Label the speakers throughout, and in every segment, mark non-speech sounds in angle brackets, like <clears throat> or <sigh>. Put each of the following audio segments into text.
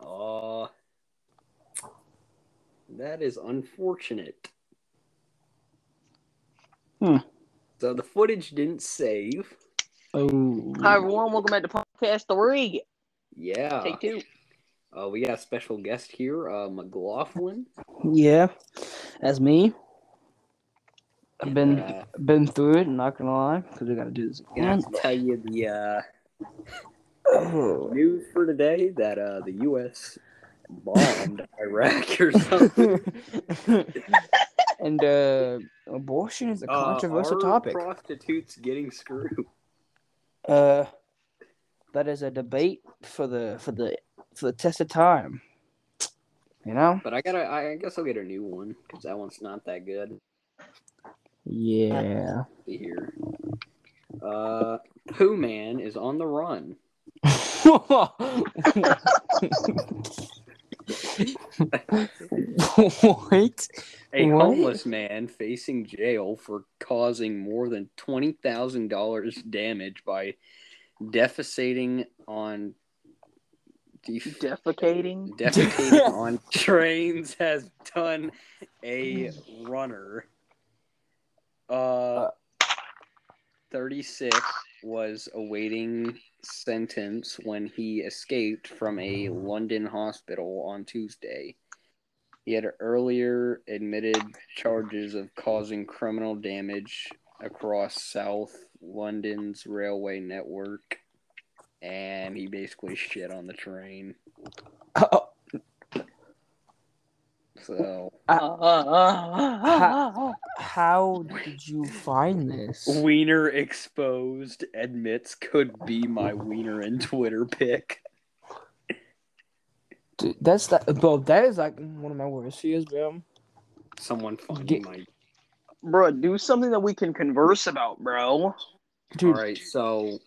Speaker 1: Uh, That is unfortunate.
Speaker 2: Hmm.
Speaker 1: So the footage didn't save.
Speaker 2: Oh,
Speaker 3: Hi everyone, welcome back to podcast three.
Speaker 1: Yeah.
Speaker 3: Take two.
Speaker 1: Uh, we got a special guest here, uh, McLaughlin.
Speaker 2: yeah, that's me. I've
Speaker 1: And,
Speaker 2: been
Speaker 1: uh,
Speaker 2: been through it. Not gonna lie, because we gotta do this
Speaker 1: gonna
Speaker 2: again.
Speaker 1: have to tell you the uh,
Speaker 2: Oh.
Speaker 1: news for today that uh, the U.S.
Speaker 2: <laughs>
Speaker 1: bombed Iraq or something.
Speaker 2: <laughs> and uh, abortion is <laughs> a
Speaker 1: Uh,
Speaker 2: controversial
Speaker 1: are
Speaker 2: topic.
Speaker 1: Prostitutes getting screwed.
Speaker 2: Uh, that is a debate for the for the for the test of time. You know?
Speaker 1: But I gotta. I I guess I'll get a new one because that one's not that good.
Speaker 2: Yeah. <laughs>
Speaker 1: See here. Uh, Pooh Man is on the run.
Speaker 2: what?
Speaker 1: A
Speaker 2: What?
Speaker 1: homeless man facing jail for causing more than twenty thousand dollars damage by defecating on def-
Speaker 3: Defecating.
Speaker 1: defecating on trains has done a runner. Uh, thirty six was awaiting sentence when he escaped from a London hospital on Tuesday. He had earlier admitted charges of causing criminal damage across South London's railway network, and he basically shit on the train.
Speaker 2: Oh,
Speaker 1: So
Speaker 3: Uh, uh, uh, uh, uh,
Speaker 2: how did you find this?
Speaker 1: Wiener exposed admits could be my Wiener and Twitter pick.
Speaker 2: Dude, that's that, bro. That is like one of my worst fears, bro.
Speaker 1: Someone find
Speaker 2: Get-
Speaker 1: my
Speaker 3: bro, do something that we can converse about, bro.
Speaker 2: Dude,
Speaker 1: All right, so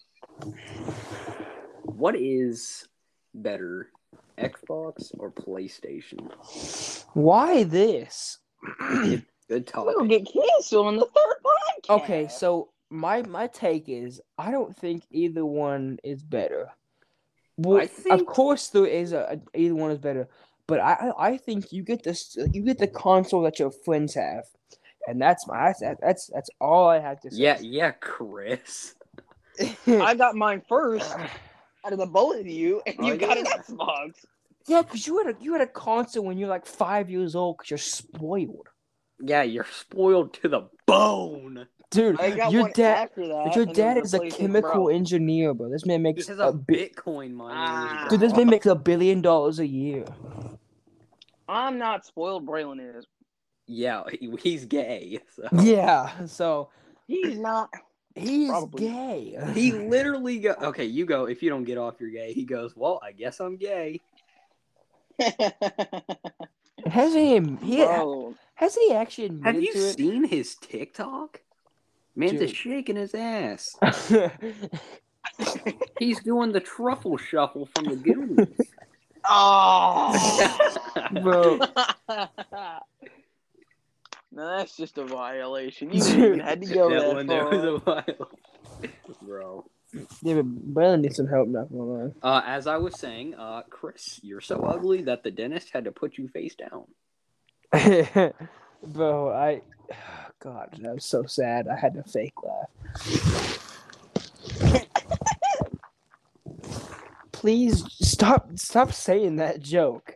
Speaker 1: what is better, Xbox or <clears throat> PlayStation?
Speaker 2: why this?
Speaker 1: Good
Speaker 3: We're gonna
Speaker 1: topic.
Speaker 3: get canceled on the third podcast.
Speaker 2: Okay, so my my take is I don't think either one is better. Well,
Speaker 1: I
Speaker 2: of
Speaker 1: think-
Speaker 2: course there is a, a- either one is better, but I I I think you get this you get the console that your friends have, and that's my that's that's that's all I have to say. <laughs>
Speaker 1: Yeah, yeah, Chris.
Speaker 3: I got mine first out of the bullet of you, and you
Speaker 1: Oh,
Speaker 3: got an
Speaker 1: yeah.
Speaker 3: Xbox.
Speaker 2: yeah, because you had a you had a console when you're like five years old because you're spoiled,
Speaker 1: Yeah, you're spoiled to the bone.
Speaker 2: dude.
Speaker 3: I got
Speaker 2: Your
Speaker 3: one
Speaker 2: dad
Speaker 3: after that.
Speaker 2: your
Speaker 3: and then
Speaker 2: dad is a
Speaker 3: PlayStation
Speaker 2: chemical
Speaker 3: Pro.
Speaker 2: engineer, bro. This man
Speaker 1: This
Speaker 2: makes
Speaker 1: is
Speaker 2: a,
Speaker 1: a
Speaker 2: bit.
Speaker 1: Bitcoin miner.
Speaker 3: Ah.
Speaker 2: Dude, this man makes a billion dollars a year.
Speaker 3: I'm not spoiled. Braylon is.
Speaker 1: Yeah, he- he's gay. So.
Speaker 2: Yeah, so
Speaker 3: He's not. <laughs>
Speaker 2: he's
Speaker 3: Probably.
Speaker 2: gay.
Speaker 1: He
Speaker 2: <laughs>
Speaker 1: literally go. Okay, you go. If you don't get off, you're gay. He goes. Well, I guess I'm gay.
Speaker 2: hasn't he, he
Speaker 3: Bro,
Speaker 2: has he actually admitted
Speaker 1: Have you
Speaker 2: to it?
Speaker 1: seen his TikTok? Man's
Speaker 2: Dude.
Speaker 1: is shaking his ass.
Speaker 2: <laughs>
Speaker 1: He's doing the truffle shuffle from the
Speaker 2: <laughs>
Speaker 1: Goonies.
Speaker 3: oh. <laughs>
Speaker 2: Bro,
Speaker 3: no, that's just a violation. You didn't even had to go
Speaker 1: that
Speaker 3: that,
Speaker 1: one there
Speaker 3: far.
Speaker 1: was a while. Bro.
Speaker 2: yeah, but Braylon needs some help now. Hold on.
Speaker 1: Uh, as I was saying, uh, Chris, you're so ugly that the dentist had to put you face down.
Speaker 2: <laughs> Bro, I oh, God, that was so sad. I had to fake laugh.
Speaker 1: <laughs>
Speaker 2: Please stop stop saying that joke.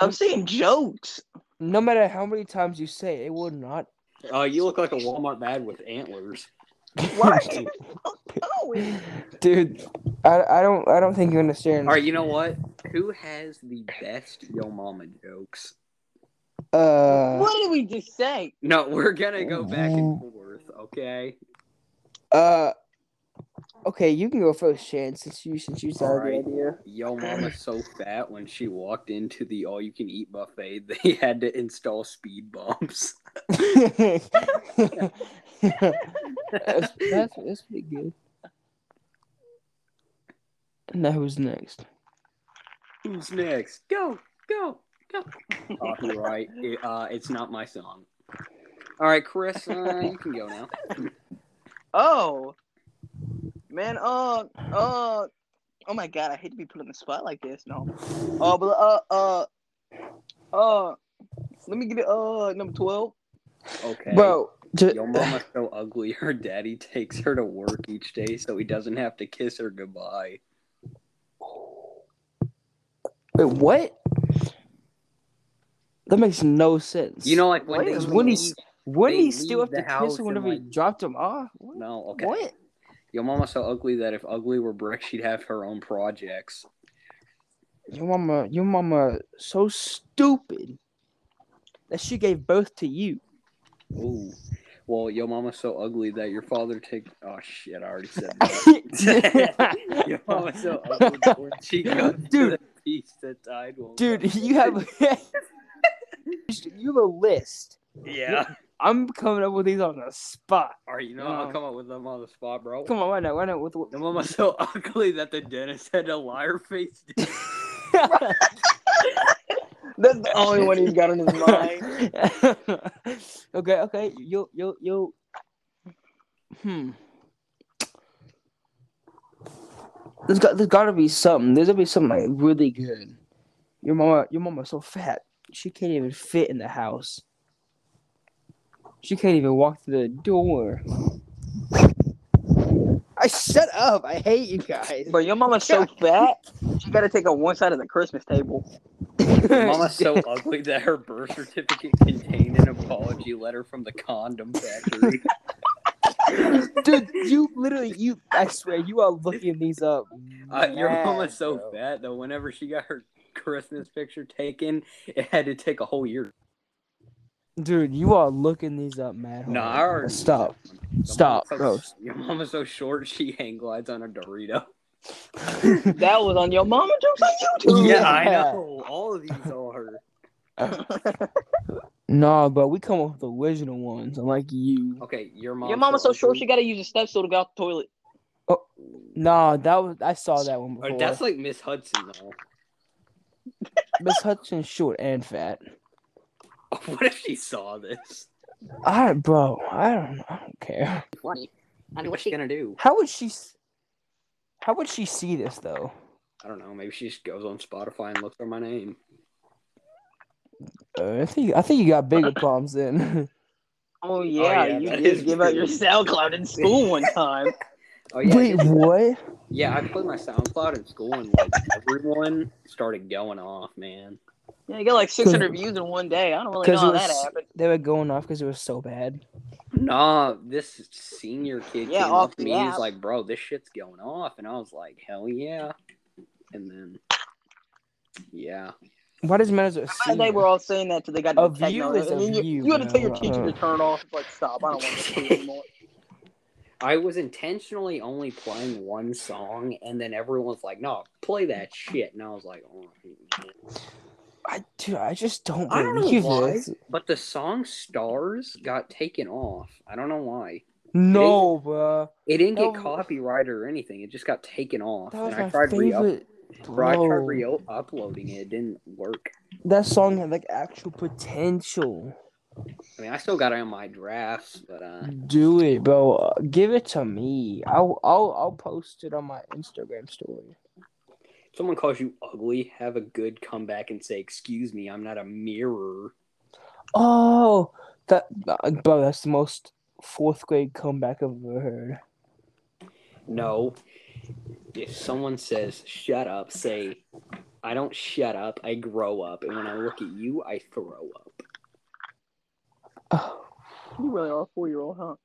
Speaker 3: I'm saying jokes.
Speaker 2: No matter how many times you say it, it will not.
Speaker 1: Uh, you look like a Walmart bag with antlers. <laughs>
Speaker 3: What? Oh, it-
Speaker 2: Dude, I, I don't I don't think you understand.
Speaker 1: All right, you know what? Who has the best yo mama jokes?
Speaker 2: Uh,
Speaker 3: what did we just say?
Speaker 1: No, we're gonna go back and
Speaker 2: Mm-hmm.
Speaker 1: forth, okay?
Speaker 2: uh, okay, you can go first, Shan, since you since you started
Speaker 1: Alright.
Speaker 2: the idea.
Speaker 1: Yo mama's so fat when she walked into the all you can eat buffet, <laughs> they had to install speed bumps. <laughs>
Speaker 2: <laughs> that's, that's that's pretty good. Now who's next?
Speaker 1: Who's next? Go, go, go. Copyright. It, uh, it's not my song. All right, Chris, uh, you can go now.
Speaker 3: Oh, man. Uh, uh. Oh my god, I hate to be put on the spot like this. No. Oh, but uh, uh, uh. Let me get it. Uh, number twelve.
Speaker 1: Okay.
Speaker 2: Bro, ju-
Speaker 1: Your mama's so ugly. Her daddy takes her to work each day so he doesn't have to kiss her goodbye.
Speaker 2: wait, what? That makes no sense.
Speaker 1: You know, like when they
Speaker 3: Wait,
Speaker 2: when
Speaker 1: leave-
Speaker 2: he's when
Speaker 1: they
Speaker 2: he still
Speaker 1: leave
Speaker 2: have
Speaker 1: the
Speaker 2: to
Speaker 1: house
Speaker 2: kiss him
Speaker 1: and,
Speaker 2: whenever he
Speaker 1: like-
Speaker 2: dropped him off. What?
Speaker 1: no, okay.
Speaker 2: What?
Speaker 1: Your mama's so ugly that if ugly were brick, she'd have her own projects.
Speaker 2: Your mama, your mama, so stupid that she gave birth to you.
Speaker 1: Ooh. Well, your mama's so ugly that your father takes. Oh shit! I already said that.
Speaker 2: <laughs>
Speaker 1: <laughs> your mama's so ugly that when she goes to
Speaker 2: Dude.
Speaker 1: the piece that died. won't
Speaker 2: Dude,
Speaker 1: come.
Speaker 2: you have <laughs> you have a list.
Speaker 1: yeah. <laughs>
Speaker 2: I'm coming up with these on the spot.
Speaker 1: All right, you know
Speaker 2: Oh.
Speaker 1: I'll come up with them on the spot, bro.
Speaker 2: Come on, why not? Why not? With, with...
Speaker 1: Your mama's so <laughs> ugly that the dentist had a liar face.
Speaker 2: <laughs>
Speaker 3: That's the only one he's got in
Speaker 1: <laughs>
Speaker 3: his mind.
Speaker 2: <laughs> okay, okay. You, you, you. Hmm. There's got there's gotta be something. There's gotta be something like really good. Your mama, your mama's so fat she can't even fit in the house. She can't even walk through the door. I shut up. I hate you guys.
Speaker 3: But your mama's so fat, she gotta take up one side of the Christmas table.
Speaker 1: Your mama's so ugly that her birth certificate contained an apology letter from the condom
Speaker 2: <laughs>
Speaker 1: factory.
Speaker 2: <laughs> dude, you literally, you. I swear, you are looking these up.
Speaker 1: <laughs> Uh, your
Speaker 2: mad,
Speaker 1: mama's so
Speaker 2: bro.
Speaker 1: fat that whenever she got her Christmas picture taken, it had to take a whole year.
Speaker 2: Dude, you are looking these up, man.
Speaker 1: No, I already
Speaker 2: stop.
Speaker 1: Your
Speaker 2: Stop,
Speaker 1: mama's so- Your mama's so short she hang glides on a Dorito.
Speaker 3: That was on your mama jokes on YouTube.
Speaker 2: Yeah,
Speaker 1: Yeah, <laughs>
Speaker 2: I
Speaker 1: I
Speaker 2: Yeah.
Speaker 1: know. All of these are.
Speaker 2: No, but we come up with original ones, unlike you.
Speaker 1: Okay, your mom.
Speaker 3: Your mama's so short she gotta use a step stool to go out the toilet.
Speaker 2: No, Oh, that was I saw that one before.
Speaker 1: Oh, that's like Miss Hudson though. <laughs>
Speaker 2: Miss Hutchins short and fat.
Speaker 1: What if she saw this?
Speaker 2: I, bro, I don't, I don't care.
Speaker 1: Funny. I mean, what's she gonna do?
Speaker 2: How would she? s- How would she see this though?
Speaker 1: I don't know. Maybe she just goes on Spotify and looks for my name.
Speaker 2: Uh, I think I think you
Speaker 1: <laughs>
Speaker 2: got bigger problems then.
Speaker 3: Oh
Speaker 1: yeah,
Speaker 3: yeah,
Speaker 1: that
Speaker 3: you
Speaker 1: is
Speaker 3: did give out your
Speaker 1: true.
Speaker 3: SoundCloud in school one time.
Speaker 1: Oh yeah, <laughs>
Speaker 2: Wait, what?
Speaker 1: yeah. I played my SoundCloud in school, and like everyone started going off, man.
Speaker 3: <laughs> yeah, you got like 600 views in one day. I don't really know
Speaker 2: 'Cause it
Speaker 3: how that
Speaker 2: was-
Speaker 3: happened.
Speaker 2: They were going off because it was so bad.
Speaker 1: Nah, this senior kid
Speaker 3: Yeah,
Speaker 1: came
Speaker 3: off
Speaker 1: up to
Speaker 3: the
Speaker 1: me. He's
Speaker 3: app.
Speaker 1: like, "Bro, this shit's going off," and I was like, "Hell yeah!" And then, yeah,
Speaker 2: Why does it matter? as a
Speaker 3: And they
Speaker 2: senior?
Speaker 3: were all saying that till they got
Speaker 2: A
Speaker 3: to
Speaker 2: view is
Speaker 3: technology.
Speaker 2: a
Speaker 3: And then you,
Speaker 2: view,
Speaker 3: you had to tell your
Speaker 2: bro.
Speaker 3: teacher to turn off. Like, stop! I don't want to do
Speaker 2: <laughs>
Speaker 3: anymore.
Speaker 1: I was intentionally only playing one song, and then everyone's like, "No, play that shit," and I was like, "All right, man."
Speaker 2: I, dude, I just don't
Speaker 1: I don't know
Speaker 2: believe
Speaker 1: why.
Speaker 2: this.
Speaker 1: But the song "Stars" got taken off. I don't know why.
Speaker 2: No, bro.
Speaker 1: It didn't get
Speaker 2: No.
Speaker 1: copyrighted or anything. It just got taken off.
Speaker 2: That was
Speaker 1: And I
Speaker 2: my
Speaker 1: tried re
Speaker 2: favorite.
Speaker 1: I tried
Speaker 2: Bro,
Speaker 1: re-uploading it. It didn't work.
Speaker 2: that song had like actual potential.
Speaker 1: I mean, I still got it on my drafts, but uh,
Speaker 2: Do it, bro. Uh, Give it to me. I'll I'll I'll post it on my Instagram story.
Speaker 1: someone calls you ugly, have a good comeback and say, "Excuse me, I'm not a mirror."
Speaker 2: Oh, that uh, bro. That's the most fourth grade comeback I've ever heard.
Speaker 1: No. If someone says "shut up," say, "I don't shut up. I grow up." And when I look at you, I throw up.
Speaker 3: You really are a four-year-old,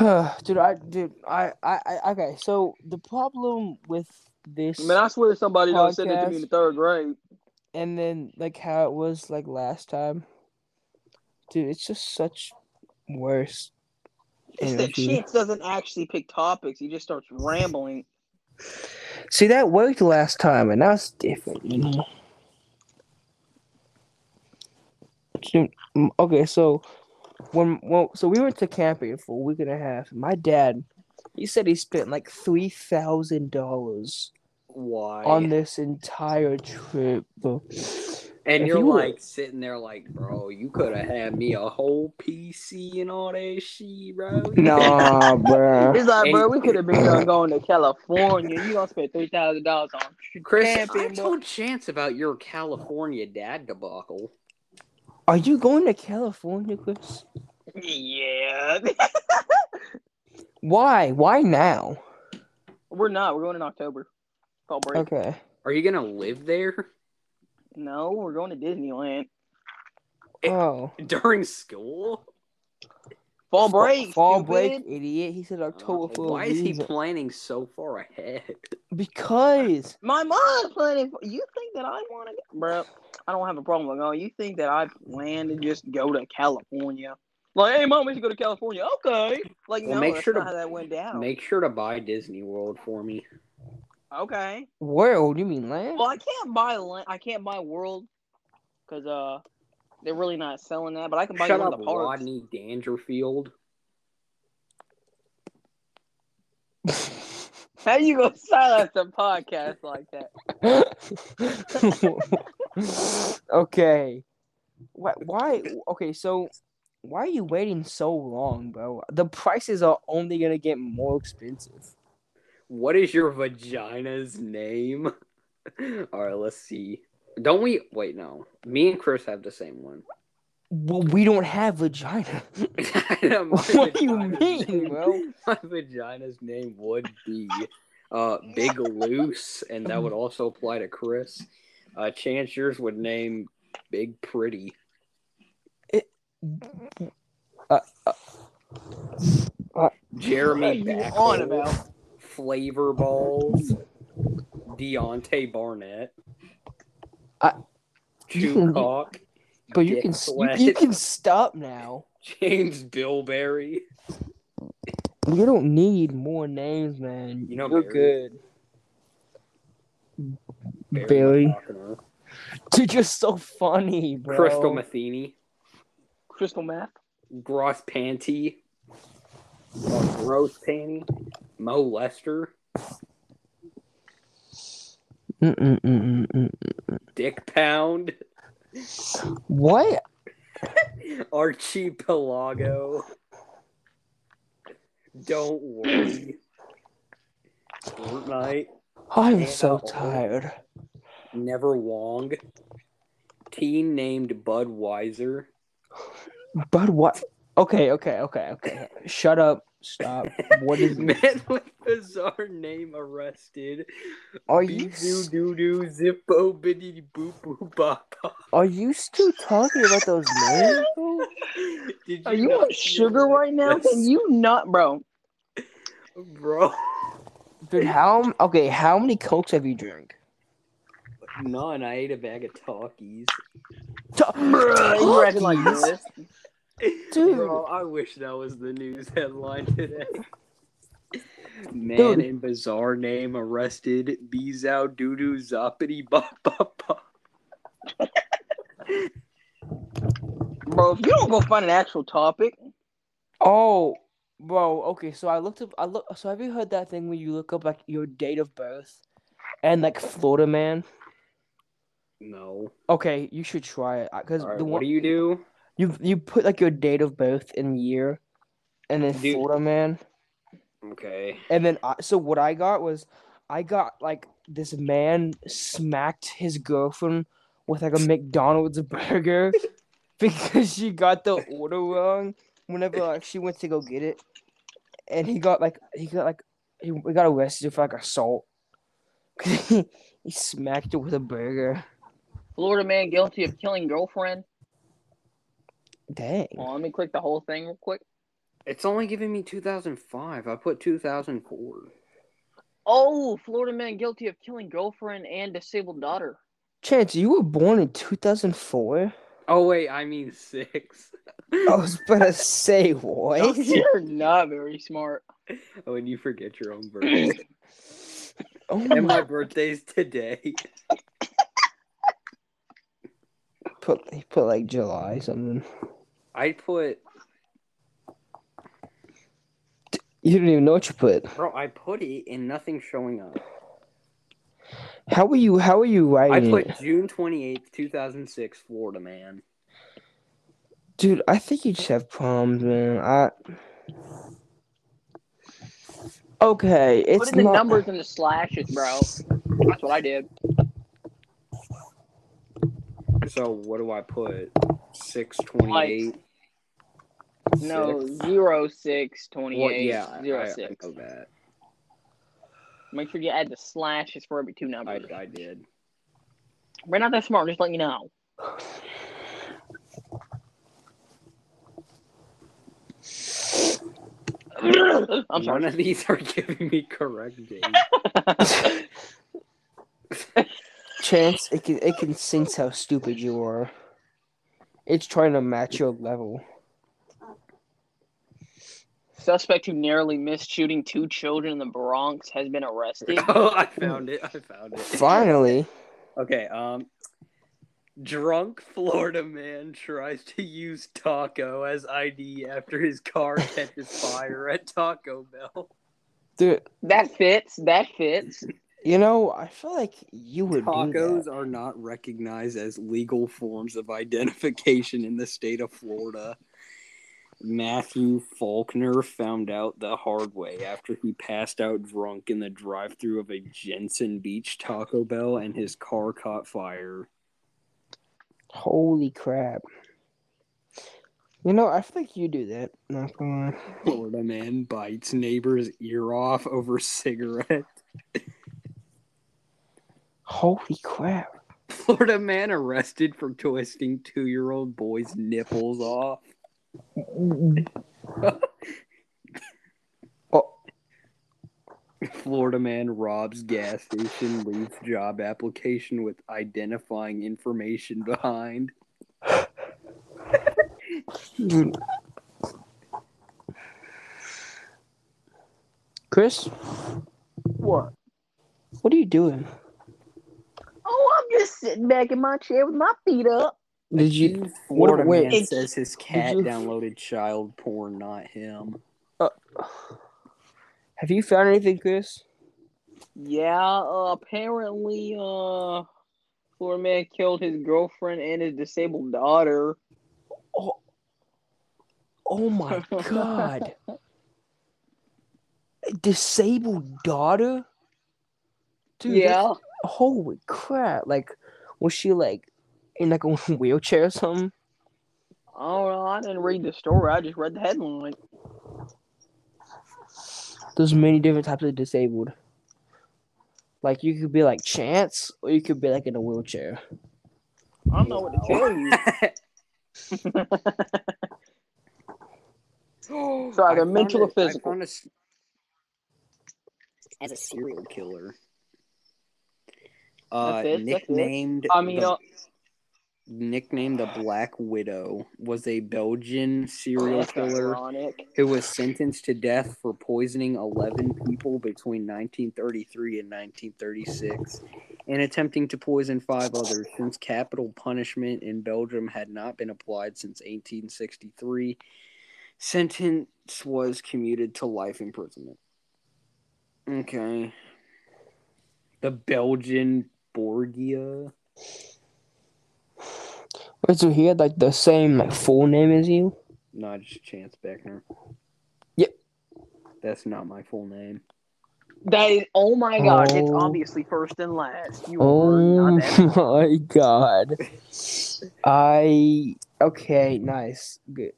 Speaker 3: huh?
Speaker 2: <sighs> dude, I dude, I, I I okay. So the problem with this.
Speaker 3: I mean, I swear somebody done said that to me
Speaker 2: Podcast.
Speaker 3: in the third grade.
Speaker 2: and then like how it was like last time. Dude, it's just such worse.
Speaker 3: It's that
Speaker 2: energy.
Speaker 3: Sheets doesn't actually pick topics. He just starts rambling.
Speaker 2: See that worked last time, and now it's different. You know. Dude, mm, Okay, so when well, so we went to camping for a week and a half. My dad, he said he spent like three thousand dollars
Speaker 1: Why?
Speaker 2: on this entire trip. bro.
Speaker 1: And
Speaker 2: If
Speaker 1: you're
Speaker 2: you were-
Speaker 1: like sitting there, like, bro, you could have had me a whole PC and all that shit,
Speaker 2: <laughs>
Speaker 1: bro.
Speaker 2: Nah, bruh.
Speaker 3: He's like,
Speaker 1: And-
Speaker 3: bro, we could have been done going to California. You gonna spend three thousand dollars on
Speaker 1: Chris, I
Speaker 3: camping? bro.
Speaker 1: told Chance about your California dad debacle.
Speaker 2: Are you going to California, Chris?
Speaker 3: Yeah. <laughs>
Speaker 2: Why? Why now?
Speaker 3: We're not. We're going in October. Fall break.
Speaker 2: Okay.
Speaker 1: Are you gonna live there
Speaker 3: No, we're going to Disneyland. Eh,
Speaker 2: Oh.
Speaker 1: during
Speaker 3: <laughs>
Speaker 1: school?
Speaker 3: Fall break.
Speaker 2: Fall
Speaker 3: stupid. Oh,
Speaker 2: break, idiot. He said October for
Speaker 1: Why
Speaker 2: a
Speaker 1: is he
Speaker 2: reason.
Speaker 1: planning so far ahead?
Speaker 2: Because
Speaker 3: My mom's planning. For, you think that I want to go, bro? I don't have a problem with going. You think that I plan to just go to California? Like, hey, mom, we should go to California. Okay. Like,
Speaker 1: Well,
Speaker 3: no,
Speaker 1: make
Speaker 3: that's
Speaker 1: sure to-
Speaker 3: not how that went down.
Speaker 1: Make sure to buy Disney World for me.
Speaker 3: okay.
Speaker 2: world, you mean land?
Speaker 3: Well, I can't buy land. I can't buy World because uh, they're really not selling that. But I can buy
Speaker 1: Shut
Speaker 3: one
Speaker 1: up,
Speaker 3: of the parks.
Speaker 1: Rodney Dangerfield.
Speaker 3: <laughs> How you gonna silence a podcast like
Speaker 1: <laughs>
Speaker 3: that?
Speaker 2: <laughs> okay. Why, why? Okay, so why are you waiting so long, bro? The prices are only gonna get more expensive.
Speaker 1: What is your vagina's name? <laughs> All right, let's see. Don't we? Wait, no. Me and Chris have the same one.
Speaker 2: Well, we don't have vagina.
Speaker 1: <laughs>
Speaker 2: <laughs> what do you mean, bro?
Speaker 1: My vagina's name would be uh, Big Loose, and that would also apply to Chris. Uh, Chance, yours would name Big Pretty. Jeremy
Speaker 2: uh,
Speaker 3: What are you
Speaker 1: Backholes,
Speaker 3: on about?
Speaker 1: Flavor Balls, Deontay Barnett,
Speaker 2: I- You can-
Speaker 1: Chewcock,
Speaker 2: But you
Speaker 1: Dick
Speaker 2: can s- you,
Speaker 1: Sweat.
Speaker 2: you can stop now.
Speaker 1: <laughs> James Bilberry.
Speaker 2: You don't need more names, man.
Speaker 1: You know
Speaker 2: You're
Speaker 1: Barry.
Speaker 2: good. Barry.
Speaker 1: Falconer,
Speaker 2: Dude, <laughs> you're so funny, bro.
Speaker 1: Crystal Matheny,
Speaker 3: Crystal meth.
Speaker 1: Gross Panty, uh, Gross Panty, Mo Lester,
Speaker 2: Mm-mm-mm-mm-mm.
Speaker 1: Dick Pound, <laughs>
Speaker 2: What?
Speaker 1: Archipelago. Don't worry. Fortnite,
Speaker 2: I'm
Speaker 1: Man,
Speaker 2: so
Speaker 1: I'm-
Speaker 2: tired.
Speaker 1: Never Wong, teen named Budweiser,
Speaker 2: But what? Okay, okay, okay, okay. Shut up. Stop. What
Speaker 1: <laughs>
Speaker 2: is?
Speaker 1: man with bizarre name arrested.
Speaker 2: Are you
Speaker 1: Doo
Speaker 2: s-
Speaker 1: doo doo zippo bitty boop boop bop. bop. <laughs>
Speaker 2: are you still talking about those names? bro?
Speaker 1: Did
Speaker 3: Are you
Speaker 1: not
Speaker 3: on
Speaker 1: see
Speaker 3: sugar
Speaker 1: that?
Speaker 3: right now? Can you not, bro?
Speaker 1: bro?
Speaker 2: Dude, how? m- Okay, how many cokes have you drank?
Speaker 1: None. I ate a bag of Talkies.
Speaker 2: Ta-
Speaker 3: Bruh, you acting like
Speaker 2: Talkies?
Speaker 3: this.
Speaker 2: Dude.
Speaker 1: Bro, I wish that was the news headline today. Man
Speaker 2: Dude.
Speaker 1: in bizarre name arrested. Bezow doo doo zoppity bop bop bop.
Speaker 3: Bro, if you don't go find an actual topic,
Speaker 2: Oh, bro. Okay, so I looked up. I look. So have you heard that thing where you look up like your date of birth, and like Florida man?
Speaker 1: No.
Speaker 2: Okay, you should try it because
Speaker 1: All right,
Speaker 2: the
Speaker 1: what
Speaker 2: one
Speaker 1: do
Speaker 2: you...
Speaker 1: you do?
Speaker 2: you put like your date of birth and year, and then
Speaker 1: Dude.
Speaker 2: Florida man,
Speaker 1: Okay.
Speaker 2: and then I, so what I got was, I got like this man smacked his girlfriend with like a McDonald's <laughs> burger because she got the order wrong whenever like she went to go get it, and he got like he got like he we got arrested for like assault. <laughs> he smacked her with a burger.
Speaker 3: Florida man guilty of killing girlfriend.
Speaker 2: Dang.
Speaker 3: Well, let me click the whole thing real quick.
Speaker 1: It's only giving me 2005. I put 2004.
Speaker 3: Oh, Florida man guilty of killing girlfriend and disabled daughter.
Speaker 2: Chance, you were born in 2004?
Speaker 1: Oh wait, I mean six. <laughs>
Speaker 2: I was about to say,
Speaker 3: Oh, <laughs>
Speaker 2: what?
Speaker 3: You're not very smart.
Speaker 1: when Oh, you forget your
Speaker 2: <clears throat>
Speaker 1: own birthday.
Speaker 2: Oh
Speaker 1: and
Speaker 2: my,
Speaker 3: <laughs>
Speaker 1: my birthday's today.
Speaker 2: put, he put like July something.
Speaker 1: I put,
Speaker 2: You didn't even know what you put.
Speaker 1: bro, I put it and nothing showing up.
Speaker 2: How were you, how are you
Speaker 1: I
Speaker 2: writing
Speaker 1: put
Speaker 2: it?
Speaker 1: June 28th, 2006, Florida man.
Speaker 2: Dude, I think you just have problems, man. I... Okay, it's
Speaker 3: Put in the
Speaker 2: not...
Speaker 3: numbers and the slashes, bro. That's what I did.
Speaker 1: So what do I put? six twenty eight.
Speaker 3: No, zero six twenty
Speaker 1: Well,
Speaker 3: eight.
Speaker 1: yeah, I-
Speaker 3: zero
Speaker 1: I,
Speaker 3: six.
Speaker 1: I know that.
Speaker 3: Make sure you add the slashes for every two
Speaker 1: I,
Speaker 3: numbers.
Speaker 1: I did.
Speaker 3: We're not that smart. Just let
Speaker 1: <sighs>
Speaker 3: you know. I'm
Speaker 1: None
Speaker 3: sorry.
Speaker 1: of these are giving me correct
Speaker 3: <laughs>
Speaker 1: dates. <laughs>
Speaker 2: Chance, it can it can sense how stupid you are. It's trying to match your level.
Speaker 3: Suspect who narrowly missed shooting two children in the Bronx has
Speaker 1: <laughs>
Speaker 3: been arrested.
Speaker 1: oh, I found it. I found it.
Speaker 2: Finally,
Speaker 1: Okay. Um, drunk Florida man tries to use taco as ID after his
Speaker 2: <laughs>
Speaker 1: car catches fire at Taco Bell.
Speaker 2: dude,
Speaker 3: That fits. That fits.
Speaker 2: you know I feel like you would do
Speaker 1: Tacos
Speaker 2: that.
Speaker 1: are not recognized as legal forms of identification in the state of Florida. Matthew Faulkner found out the hard way after he passed out drunk in the drive thru of a Jensen Beach Taco Bell and his car caught fire.
Speaker 2: Holy crap! You know I feel like you do that. Not gonna lie.
Speaker 1: Florida man bites neighbor's ear off over <laughs> cigarette.
Speaker 2: Holy crap!
Speaker 1: Florida man arrested for twisting two year old boy's nipples off.
Speaker 2: Oh.
Speaker 1: Florida man robs gas station, leaves job application with identifying information behind.
Speaker 2: Dude. Chris,
Speaker 3: What?
Speaker 2: what are you doing?
Speaker 3: Oh, I'm just sitting back in my chair with my feet up.
Speaker 2: Did you?
Speaker 1: Florida
Speaker 2: What- wait.
Speaker 1: man says his cat
Speaker 2: you-
Speaker 1: downloaded child porn, not
Speaker 3: <gasps>
Speaker 1: him.
Speaker 2: <sighs> Have you found anything, Chris?
Speaker 3: Yeah. Uh, apparently, uh, Florida man killed his girlfriend and his disabled daughter.
Speaker 2: Oh, oh my god. A disabled daughter? Dude,
Speaker 3: yeah.
Speaker 2: that's- holy crap. Like, was she like in like a <laughs> wheelchair or something?
Speaker 3: I don't know. I didn't read the story. I just read the headline.
Speaker 2: There's many different types of disabled. Like you could be like chance or you could be like in a wheelchair.
Speaker 3: I don't know what to tell you.
Speaker 1: so
Speaker 3: either mental or physical.
Speaker 1: as a serial killer. Uh,
Speaker 3: That's it, that's it.
Speaker 1: nicknamed
Speaker 3: I mean,
Speaker 1: the,
Speaker 3: uh,
Speaker 1: nicknamed the Black Widow, was a Belgian serial
Speaker 3: Oh, that's
Speaker 1: killer
Speaker 3: ironic.
Speaker 1: who was sentenced to death for poisoning 11 people between 1933 and 1936 and attempting to poison five others. Since capital punishment in Belgium had not been applied since 1863, sentence was commuted to life imprisonment. Okay. The Belgian Borgia.
Speaker 2: Wait, so he had like the same like full name as you?
Speaker 1: Not just Chance Beckner.
Speaker 2: Yep.
Speaker 1: That's not my full name.
Speaker 3: That is, oh my god, it's
Speaker 2: Oh.
Speaker 3: obviously first and last. You are
Speaker 2: Oh
Speaker 3: not that.
Speaker 2: <laughs> my god. I okay, nice. Good.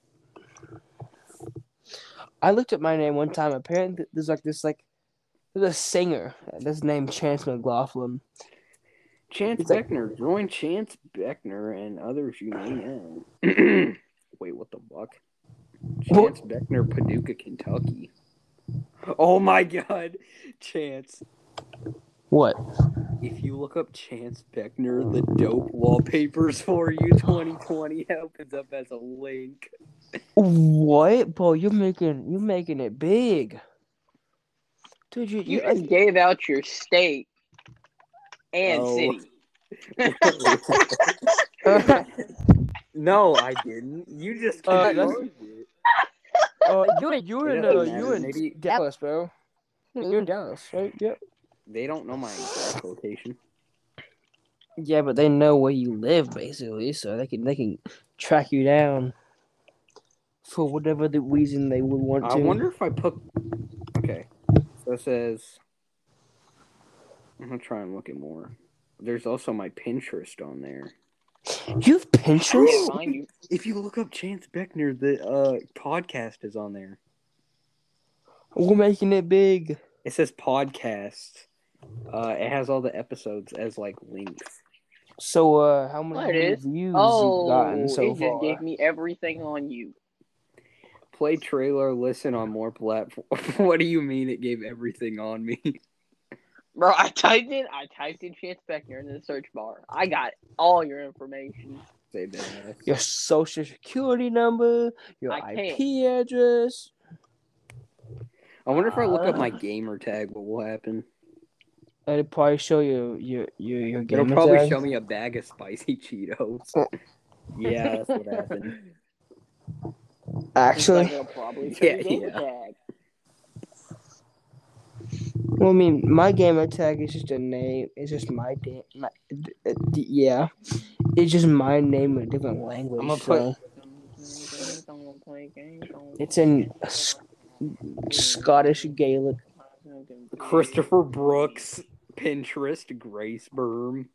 Speaker 2: I looked at my name one time. Apparently there's like this like there's a singer that's named Chance McLaughlin.
Speaker 1: Chance
Speaker 2: It's like-
Speaker 1: Beckner. Join Chance Beckner and others you may know. <clears throat> Wait, what the fuck?
Speaker 2: What?
Speaker 1: Chance Beckner, Paducah, Kentucky. Oh my god. Chance.
Speaker 2: What?
Speaker 1: If you look up Chance Beckner, the dope wallpapers for you <laughs> 2020 opens up as a link.
Speaker 2: What? Bro, you're making you're making it big. Dude, you,
Speaker 3: You
Speaker 2: you,
Speaker 3: just gave out your state and
Speaker 1: Oh.
Speaker 3: city.
Speaker 1: <laughs>
Speaker 2: <laughs>
Speaker 1: no, I didn't. You just
Speaker 2: Uh,
Speaker 1: confirmed it.
Speaker 2: uh, you're you're
Speaker 1: It
Speaker 2: in uh,
Speaker 1: doesn't
Speaker 2: you
Speaker 1: matter,
Speaker 2: in
Speaker 1: maybe-
Speaker 2: Dallas, bro. You're in Dallas, right? Yep.
Speaker 1: They don't know my exact location.
Speaker 2: Yeah, but they know where you live basically, so they can they can track you down for whatever the reason they would want
Speaker 1: I
Speaker 2: to.
Speaker 1: wonder if I put. Okay, so it says. I'm gonna try and look at more. There's also my Pinterest on there.
Speaker 2: You have pictures?
Speaker 3: I'll find you.
Speaker 1: If you look up Chance Beckner, the uh, podcast is on there.
Speaker 2: We're making it big.
Speaker 1: It says podcast. Uh, it has all the episodes as like links.
Speaker 2: So, uh, how many
Speaker 3: There it is.
Speaker 2: views you've
Speaker 3: Oh,
Speaker 2: gotten so
Speaker 3: it just
Speaker 2: far?
Speaker 3: gave me everything on you.
Speaker 1: Play trailer, listen on more platform. <laughs> what do you mean it gave everything on me? <laughs>
Speaker 3: Bro, I typed in I typed in Chance Beckner into the search bar. I got all your information.
Speaker 1: Say that.
Speaker 2: Your social security number, your
Speaker 3: I can't.
Speaker 2: IP address.
Speaker 1: I wonder if I look up my gamer tag, what will happen?
Speaker 2: It'll probably show you your your your game.
Speaker 1: It'll probably show me a bag of spicy Cheetos. <laughs> yeah, that's what happened.
Speaker 3: It's like
Speaker 2: Actually,
Speaker 1: <laughs>
Speaker 3: it'll probably
Speaker 1: Yeah,
Speaker 3: be gamer
Speaker 1: yeah.
Speaker 3: tag.
Speaker 2: well, I mean, my gamer tag is just a name. It's just my name. My, d- uh, d- yeah, it's just my name in a different language.
Speaker 1: I'ma put-
Speaker 2: so
Speaker 3: Don't play games, don't
Speaker 2: it's in S- Scottish Gaelic.
Speaker 1: <laughs> Christopher Brooks, Pinterest, Grace Berm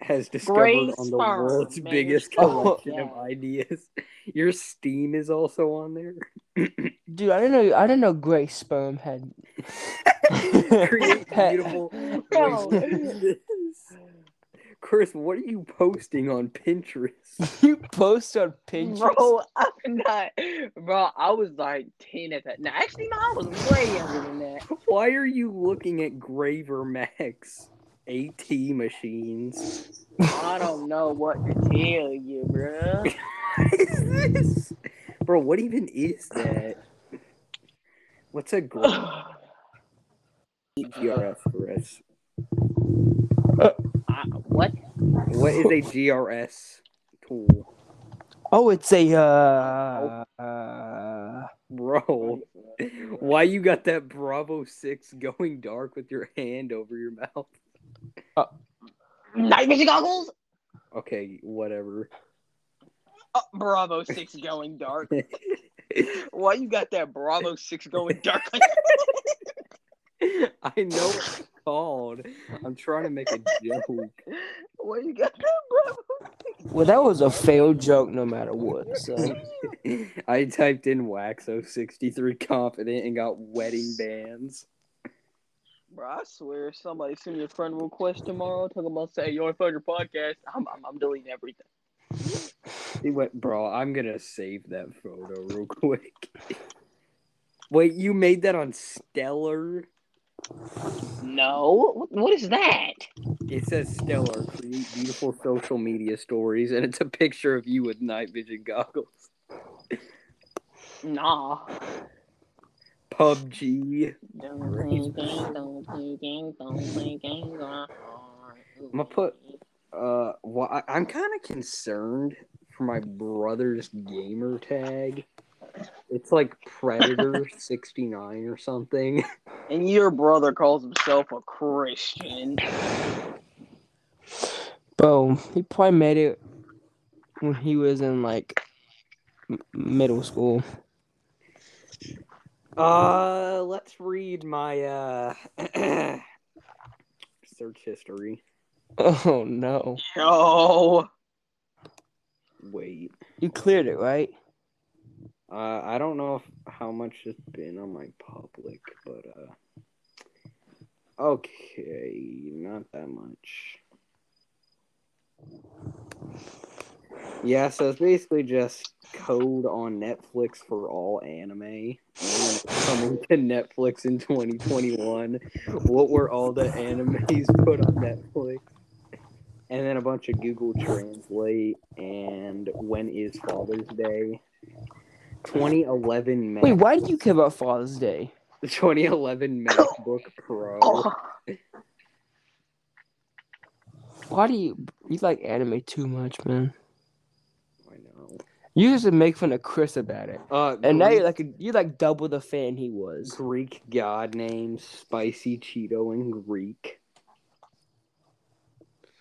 Speaker 1: has discovered
Speaker 3: Grace
Speaker 1: on the
Speaker 3: Berm,
Speaker 1: world's
Speaker 3: man.
Speaker 1: biggest
Speaker 2: Oh,
Speaker 1: collection of
Speaker 3: yeah.
Speaker 1: ideas. Your Steam is also on
Speaker 3: <laughs>
Speaker 1: there.
Speaker 2: Dude, I didn't know. I didn't know Gray Sperm had. <laughs>
Speaker 1: Create
Speaker 3: <laughs>
Speaker 1: beautiful.
Speaker 3: No.
Speaker 1: voices. Chris, what are you posting on Pinterest?
Speaker 2: you post on Pinterest.
Speaker 3: <laughs> Bro, I'm not. Bro, I was like 10 at that. No, actually, no, I was way younger than that.
Speaker 1: Why are you looking at Graver Max AT machines?
Speaker 3: I don't know what to tell you, bro. <sighs>
Speaker 1: What is this? Bro, what even is that? What's a
Speaker 3: <laughs>
Speaker 1: Graver GRF, Chris?
Speaker 3: I, what?
Speaker 1: What is a GRS tool?
Speaker 2: Oh, it's a uh, uh
Speaker 1: Bro, why you got that Bravo 6 going dark with your hand over your mouth?
Speaker 3: Night vision goggles?
Speaker 1: Okay, whatever. <laughs>
Speaker 3: Oh, Bravo 6 going dark. Why you got that Bravo
Speaker 1: <laughs>
Speaker 3: 6 going dark?
Speaker 1: I know what it's called. I'm trying to make a joke.
Speaker 3: Why you got that
Speaker 2: well, that was a failed joke, no matter what. So
Speaker 3: Bravo?
Speaker 1: I typed in Waxo 63 confident and got wedding bands.
Speaker 3: Bro, I swear, if somebody send me a friend request tomorrow talking about say your fucking podcast. I'm, I'm, I'm deleting everything.
Speaker 1: He went, bro, I'm gonna save that photo real <laughs> quick. Wait, you made that on Stellar?
Speaker 3: No, what, what is that?
Speaker 1: It says Stellar, create beautiful social media stories, and it's a picture of you with night vision goggles.
Speaker 3: Nah.
Speaker 1: PUBG.
Speaker 3: Don't play games, don't play games, don't play games.
Speaker 1: I'ma put- Uh, well, I, I'm kind of concerned for my brother's gamer tag. It's like <laughs> Predator 69 or something.
Speaker 3: And your brother calls himself a Christian.
Speaker 2: Bro, he probably made it when he was in like m- middle school. <laughs>
Speaker 1: Uh, let's read my uh <clears throat> search history.
Speaker 2: Oh no,
Speaker 3: Yo.
Speaker 1: Wait,
Speaker 2: you cleared it, right?
Speaker 1: uh, I don't know if, how much has been on my public, but uh, okay, not that much. Yeah, so it's basically just code on Netflix for all anime. And it's coming to Netflix in 2021. What were all the animes put on Netflix? And then a bunch of Google Translate and when is Father's Day? 2011 Mac,
Speaker 2: Wait, why did you care about Father's Day?
Speaker 1: 2011 MacBook Pro.
Speaker 3: Oh.
Speaker 2: Why do you you like anime too much, man?
Speaker 1: I know.
Speaker 2: You used to make fun of Chris about it,
Speaker 1: Uh,
Speaker 2: and now
Speaker 1: Greek-
Speaker 2: you're like a, you're like double the fan he was.
Speaker 1: Greek god names, spicy Cheeto and Greek.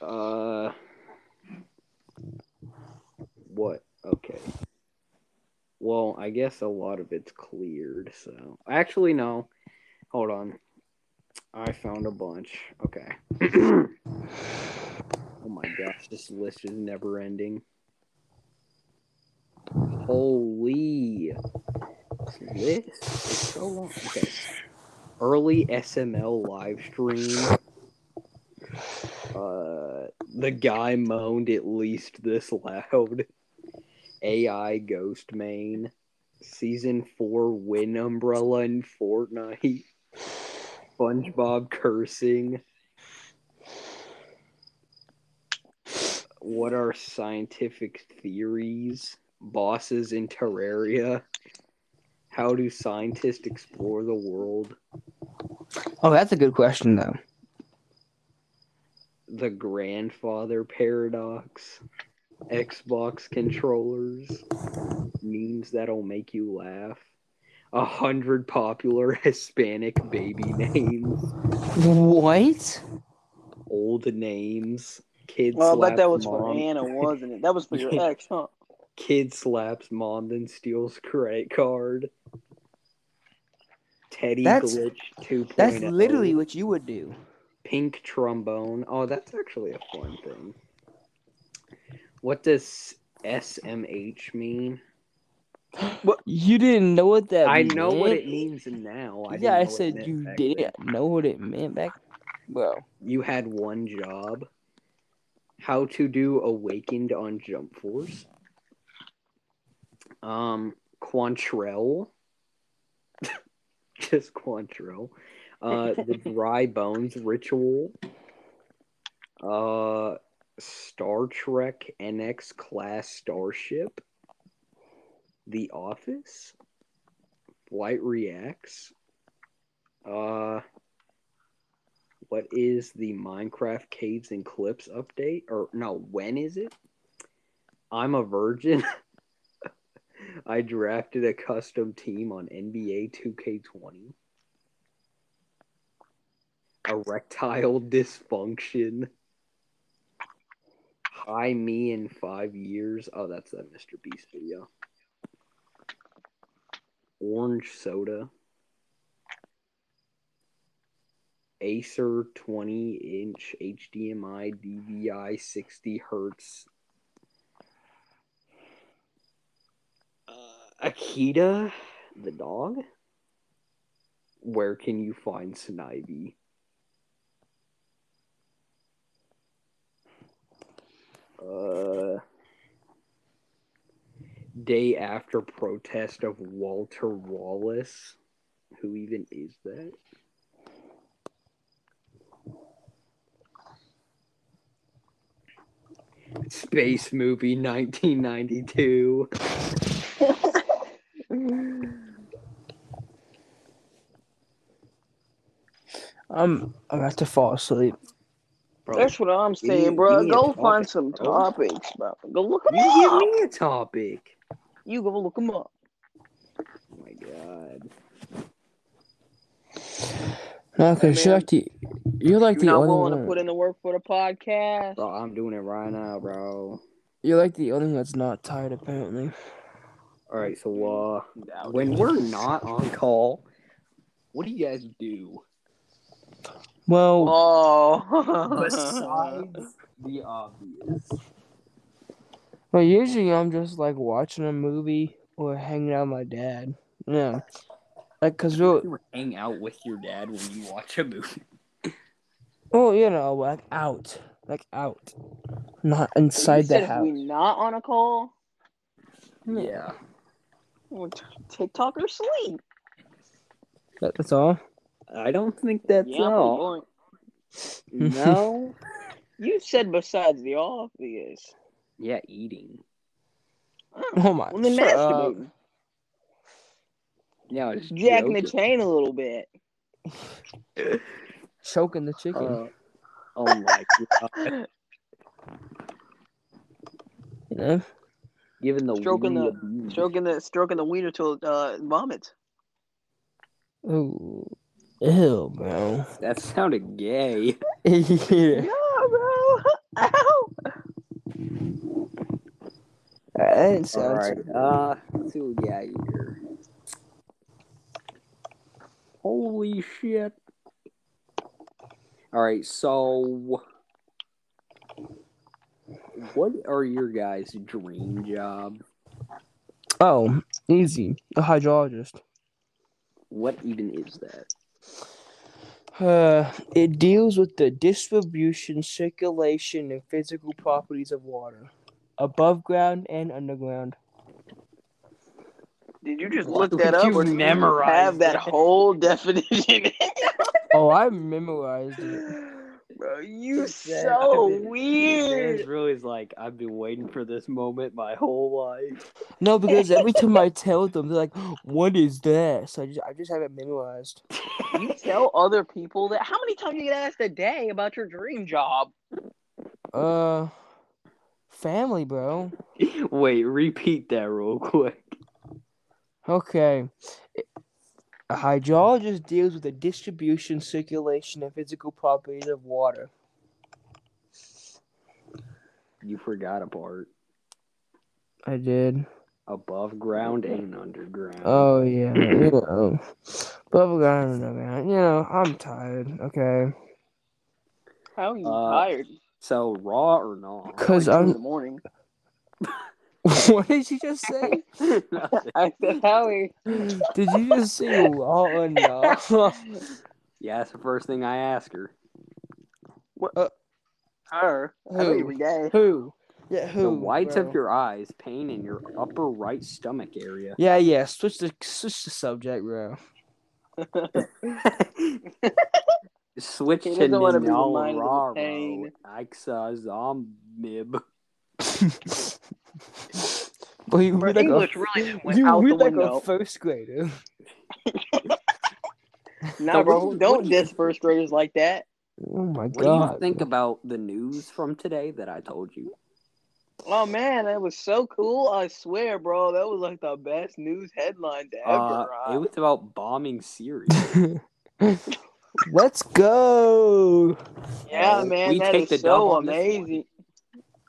Speaker 1: Uh, what? Okay. Well, I guess a lot of it's cleared. So actually, no. Hold on. I found a bunch. Okay. <clears throat> oh my gosh, this list is never ending. Holy list is so long. Okay. Early SML live stream. Uh, the guy moaned at least this loud. AI Ghost Main. Season 4 Win Umbrella in Fortnite. SpongeBob cursing. What are scientific theories? Bosses in Terraria. How do scientists explore the world?
Speaker 2: Oh, that's a good question though.
Speaker 1: The grandfather paradox. Xbox controllers. Memes that'll make you laugh. A hundred popular <laughs> Hispanic baby names.
Speaker 2: What?
Speaker 1: old names. Kid
Speaker 3: Well, I
Speaker 1: slaps
Speaker 3: bet that was for
Speaker 1: mom.
Speaker 3: Anna, wasn't it? That was for your
Speaker 1: <laughs> Yeah.
Speaker 3: ex, huh?
Speaker 1: Kid slaps mom, then steals credit card. Teddy
Speaker 2: That's-
Speaker 1: glitch two. oh.
Speaker 2: That's literally what you would do.
Speaker 1: pink trombone. Oh, that's actually a fun thing. What does SMH mean?
Speaker 2: You didn't know what that.
Speaker 1: I know what
Speaker 2: meant?
Speaker 1: it means now. I didn't
Speaker 2: yeah, I
Speaker 1: know what it
Speaker 2: said
Speaker 1: meant
Speaker 2: you
Speaker 1: back
Speaker 2: didn't
Speaker 1: then.
Speaker 2: know what it meant back. Well,
Speaker 1: You had one job. How to do awakened on Jump Force. Um, Quantrell. <laughs> Just Quantrell. Uh, the Dry Bones Ritual. Uh, Star Trek NX Class Starship. The Office. Flight Reacts. Uh, what is the Minecraft Caves and Clips update? Or no, when is it? I'm a virgin. <laughs> I drafted a custom team on NBA 2K20. Erectile dysfunction. Hi me in five years. Oh, that's that Mr. Beast video. Orange soda. Acer 20 inch HDMI DVI 60 hertz. Uh, Akita, the dog. Where can you find Snivy? Uh, day after protest of Walter Wallace. Who even is that? Space movie 1992.
Speaker 2: I'm about to fall asleep.
Speaker 1: Bro,
Speaker 3: That's what I'm
Speaker 1: you-
Speaker 3: saying, bro.
Speaker 1: you need a
Speaker 3: Go
Speaker 1: topic,
Speaker 3: find some
Speaker 1: bro.
Speaker 3: topics, bro. Go look them
Speaker 1: you
Speaker 3: up.
Speaker 1: give me a topic.
Speaker 3: You go look them up.
Speaker 1: Oh my god.
Speaker 2: No, because
Speaker 3: Man.
Speaker 2: you're like the, you're like
Speaker 3: You're
Speaker 2: the
Speaker 3: not
Speaker 2: only
Speaker 3: willing
Speaker 2: one.
Speaker 3: to put in the work for the podcast.
Speaker 1: Bro, I'm doing it right now, bro.
Speaker 2: You're like the only one that's not tired. Apparently,
Speaker 1: All right, so uh, when we're not on call, what do you guys do
Speaker 2: well, <laughs>
Speaker 1: <laughs>
Speaker 3: Oh.
Speaker 1: besides the obvious?
Speaker 2: well, usually I'm just like watching a movie or hanging out with my dad. Yeah, like cause we'll
Speaker 1: You hang out with your dad when you watch a movie.
Speaker 2: Oh, you know, like out, like out, not
Speaker 3: You
Speaker 2: inside the
Speaker 3: said
Speaker 2: house.
Speaker 3: we not on a call.
Speaker 1: Yeah.
Speaker 3: Well, t- TikTok or sleep.
Speaker 2: That- that's all. <laughs>
Speaker 1: I don't think that's
Speaker 3: Yeah, I'm
Speaker 1: all.
Speaker 3: going.
Speaker 1: <laughs> No.
Speaker 3: You said besides the <laughs> obvious.
Speaker 1: yeah, eating.
Speaker 2: Oh my.
Speaker 3: Well, then
Speaker 2: shut up.
Speaker 3: masturbating.
Speaker 1: Yeah, it's
Speaker 3: Jacking the chain a little bit.
Speaker 2: Choking the chicken.
Speaker 1: oh my god.
Speaker 2: you know?
Speaker 1: Given the
Speaker 3: Stroking
Speaker 1: weed
Speaker 3: the-
Speaker 1: abuse.
Speaker 3: Stroking the stroking the wiener till uh vomits.
Speaker 2: Ooh. Ew, bro. <laughs>
Speaker 1: That sounded gay.
Speaker 2: yeah.
Speaker 3: No, bro. <laughs> Ow.
Speaker 2: That didn't sound
Speaker 1: Alright,
Speaker 2: too bad.
Speaker 1: uh, let's see what we got here. Holy shit. Alright, so. what are your guys' dream job?
Speaker 2: Oh, easy. A hydrologist.
Speaker 1: What even is that?
Speaker 2: Uh, it deals with the distribution, circulation, and physical properties of water, above ground and underground.
Speaker 3: Did you just
Speaker 1: What
Speaker 3: look that
Speaker 1: did
Speaker 3: up?
Speaker 1: you
Speaker 3: or did
Speaker 1: memorize
Speaker 3: have that
Speaker 1: that?
Speaker 2: <laughs>
Speaker 3: whole <laughs> definition?
Speaker 2: Oh, I memorized it.
Speaker 3: Bro, you
Speaker 1: Zed,
Speaker 3: so
Speaker 1: I've been-
Speaker 3: weird.
Speaker 1: Zed's really is like, I've been waiting for this moment my whole life.
Speaker 2: No, because every time I tell them, they're like, "What is that?" So I just, I just have it memorized.
Speaker 3: You tell other people that. How many times you get asked a day about your dream job?
Speaker 2: Uh, family, bro.
Speaker 1: Wait, repeat that real quick.
Speaker 2: Okay. A hydrologist deals with the distribution, circulation, and physical properties of water.
Speaker 1: You forgot a part.
Speaker 2: I did.
Speaker 1: Above ground and underground.
Speaker 2: Oh yeah, you know. Bubble I don't know, man. You know, I'm tired. Okay,
Speaker 3: How are you
Speaker 1: Uh,
Speaker 3: tired?
Speaker 1: so raw or not?
Speaker 2: cause
Speaker 3: Like, two in the
Speaker 2: I'm.
Speaker 3: morning.
Speaker 2: <laughs>
Speaker 3: <laughs>
Speaker 2: what did you just say?
Speaker 3: I said, how are you?
Speaker 2: Did you just say raw or no?
Speaker 1: <laughs>
Speaker 2: <laughs>
Speaker 1: yeah, that's the first thing I ask her.
Speaker 3: Her. I thought you
Speaker 2: <sighs>
Speaker 3: were
Speaker 2: Who?
Speaker 3: gay.
Speaker 2: who? Yeah, who?
Speaker 1: the whites
Speaker 2: bro?
Speaker 1: of your eyes, pain in your upper right stomach area.
Speaker 2: Yeah, yeah. Switch the switch the subject, bro. <laughs>
Speaker 1: Switch
Speaker 3: He
Speaker 1: to
Speaker 3: doesn't wanna be
Speaker 1: Ninjala
Speaker 3: reminded of
Speaker 1: Raro,
Speaker 3: pain.
Speaker 1: Ixa uh, Zombib.
Speaker 2: Well, you
Speaker 3: Bro,
Speaker 2: read like
Speaker 3: English
Speaker 2: a,
Speaker 3: really
Speaker 2: <laughs>
Speaker 3: just went
Speaker 2: you
Speaker 3: out the
Speaker 2: read like
Speaker 3: window.
Speaker 2: a first grader.
Speaker 3: Nah,
Speaker 1: What
Speaker 2: <laughs>
Speaker 3: bro,
Speaker 1: do you- what
Speaker 3: don't
Speaker 1: do you-
Speaker 3: diss first graders like that.
Speaker 2: Oh my
Speaker 1: What do
Speaker 2: god.
Speaker 1: you think about the news from today that I told you?
Speaker 3: Oh man, that was so cool. I swear, bro, that was like the best news headline ever.
Speaker 1: Uh,
Speaker 3: I-
Speaker 1: it was about bombing Syria.
Speaker 2: <laughs> Let's go,
Speaker 3: yeah,
Speaker 1: uh,
Speaker 3: man,
Speaker 1: we
Speaker 3: that
Speaker 1: take
Speaker 3: is
Speaker 1: the dub
Speaker 3: so
Speaker 1: on this one.
Speaker 3: amazing.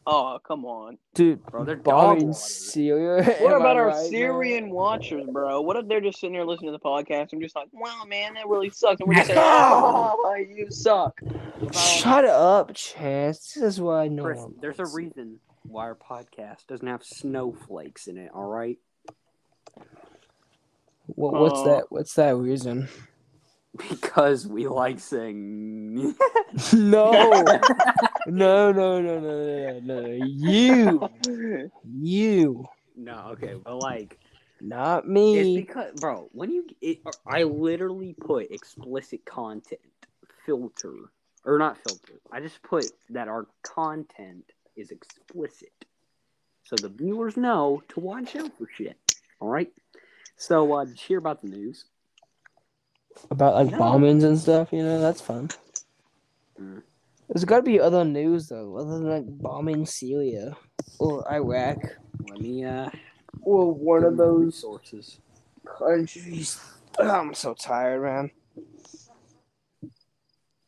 Speaker 3: Oh, come on.
Speaker 2: dude.
Speaker 1: Bro, they're dog
Speaker 2: Bombing
Speaker 1: water.
Speaker 2: Syria.
Speaker 3: What
Speaker 2: Am I
Speaker 3: about our
Speaker 2: right, man?
Speaker 3: Syrian watchers, bro? What if they're just sitting here listening to the podcast and just like, wow, man, that really sucks. And we're just <laughs> saying,
Speaker 2: No!
Speaker 3: oh, you suck.
Speaker 2: Shut up, Chance. This is why I know.
Speaker 1: Chris,
Speaker 2: I'm
Speaker 1: there's a
Speaker 2: nice.
Speaker 1: reason why our podcast doesn't have snowflakes in it, all right? <laughs>
Speaker 2: What, what's
Speaker 3: Uh,
Speaker 2: that? What's that reason? <laughs>
Speaker 1: Because we like saying. <laughs>
Speaker 2: no, no, no, no, no, no, no, no. You, you,
Speaker 1: no, okay, but like.
Speaker 2: not
Speaker 1: It's
Speaker 2: me.
Speaker 1: because, bro, when you, it, uh, I literally put explicit content filter or not filter. I just put that our content is explicit, so the viewers know to watch out for shit. All right. So, uh, did you hear about the news?
Speaker 2: About like
Speaker 1: No.
Speaker 2: bombings and stuff. You know, that's fun.
Speaker 1: Mm.
Speaker 2: There's got to be other news though, other than like bombing Syria or Iraq
Speaker 1: Let me. Uh,
Speaker 2: or one
Speaker 1: give
Speaker 2: of
Speaker 1: you the
Speaker 2: those
Speaker 1: resources.
Speaker 2: countries. I'm so tired, man.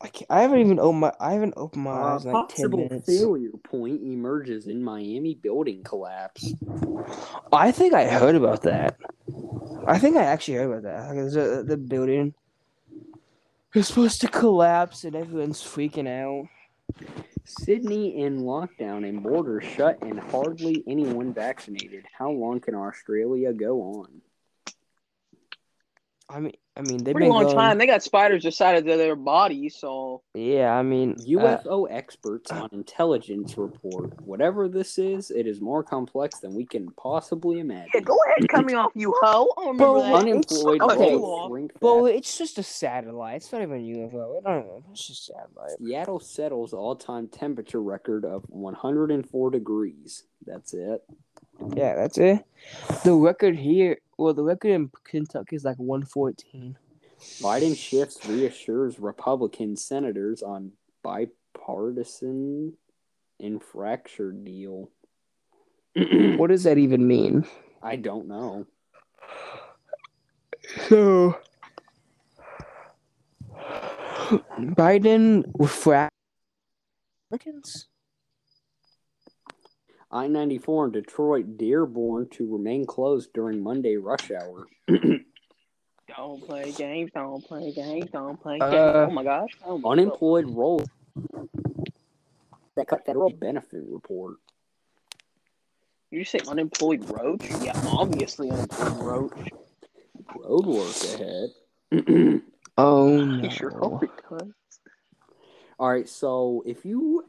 Speaker 2: I, can't, I haven't even opened my I haven't opened my
Speaker 1: Uh,
Speaker 2: eyes in like ten
Speaker 1: possible
Speaker 2: minutes.
Speaker 1: failure point emerges in Miami building collapse.
Speaker 2: I think I heard about that. I think I actually heard about that. Like, there's a, the building is supposed to collapse and everyone's freaking out.
Speaker 1: Sydney in lockdown and border shut and hardly anyone vaccinated. How long can Australia go on?
Speaker 2: I mean, I mean, they've
Speaker 3: Pretty
Speaker 2: been
Speaker 3: long
Speaker 2: going-
Speaker 3: time. They got spiders the size of their body, so
Speaker 2: Yeah, I mean, uh,
Speaker 1: UFO experts on intelligence report whatever this is, it is more complex than we can possibly imagine.
Speaker 3: yeah, go ahead, cut me off, you hoe. I don't remember
Speaker 2: Bro,
Speaker 3: that.
Speaker 2: un-
Speaker 1: Unemployed
Speaker 3: Okay.
Speaker 1: roles shrink
Speaker 2: but
Speaker 1: fast.
Speaker 2: it's just a satellite. It's not even a UFO. I don't know. It's just a satellite.
Speaker 1: Seattle settles all-time temperature record of 104 degrees. That's it.
Speaker 2: Yeah, that's it. The record here, well, the record in Kentucky is like 114.
Speaker 1: Biden shifts reassures Republican senators on bipartisan infracture deal. <clears throat>
Speaker 2: What does that even mean?
Speaker 1: I don't know.
Speaker 2: So, Biden refract Republicans.
Speaker 1: I 94 in Detroit, Dearborn to remain closed during Monday rush hour.
Speaker 3: Don't play games, don't play games, don't play
Speaker 2: Uh,
Speaker 3: games. Oh my gosh. Oh my God.
Speaker 1: Unemployed roll that federal benefit report.
Speaker 3: You say unemployed roach? Yeah, obviously unemployed roach.
Speaker 1: Road work ahead. <clears throat>
Speaker 2: Oh,
Speaker 3: He
Speaker 2: no.
Speaker 3: sure hope it does.
Speaker 1: All right, so if you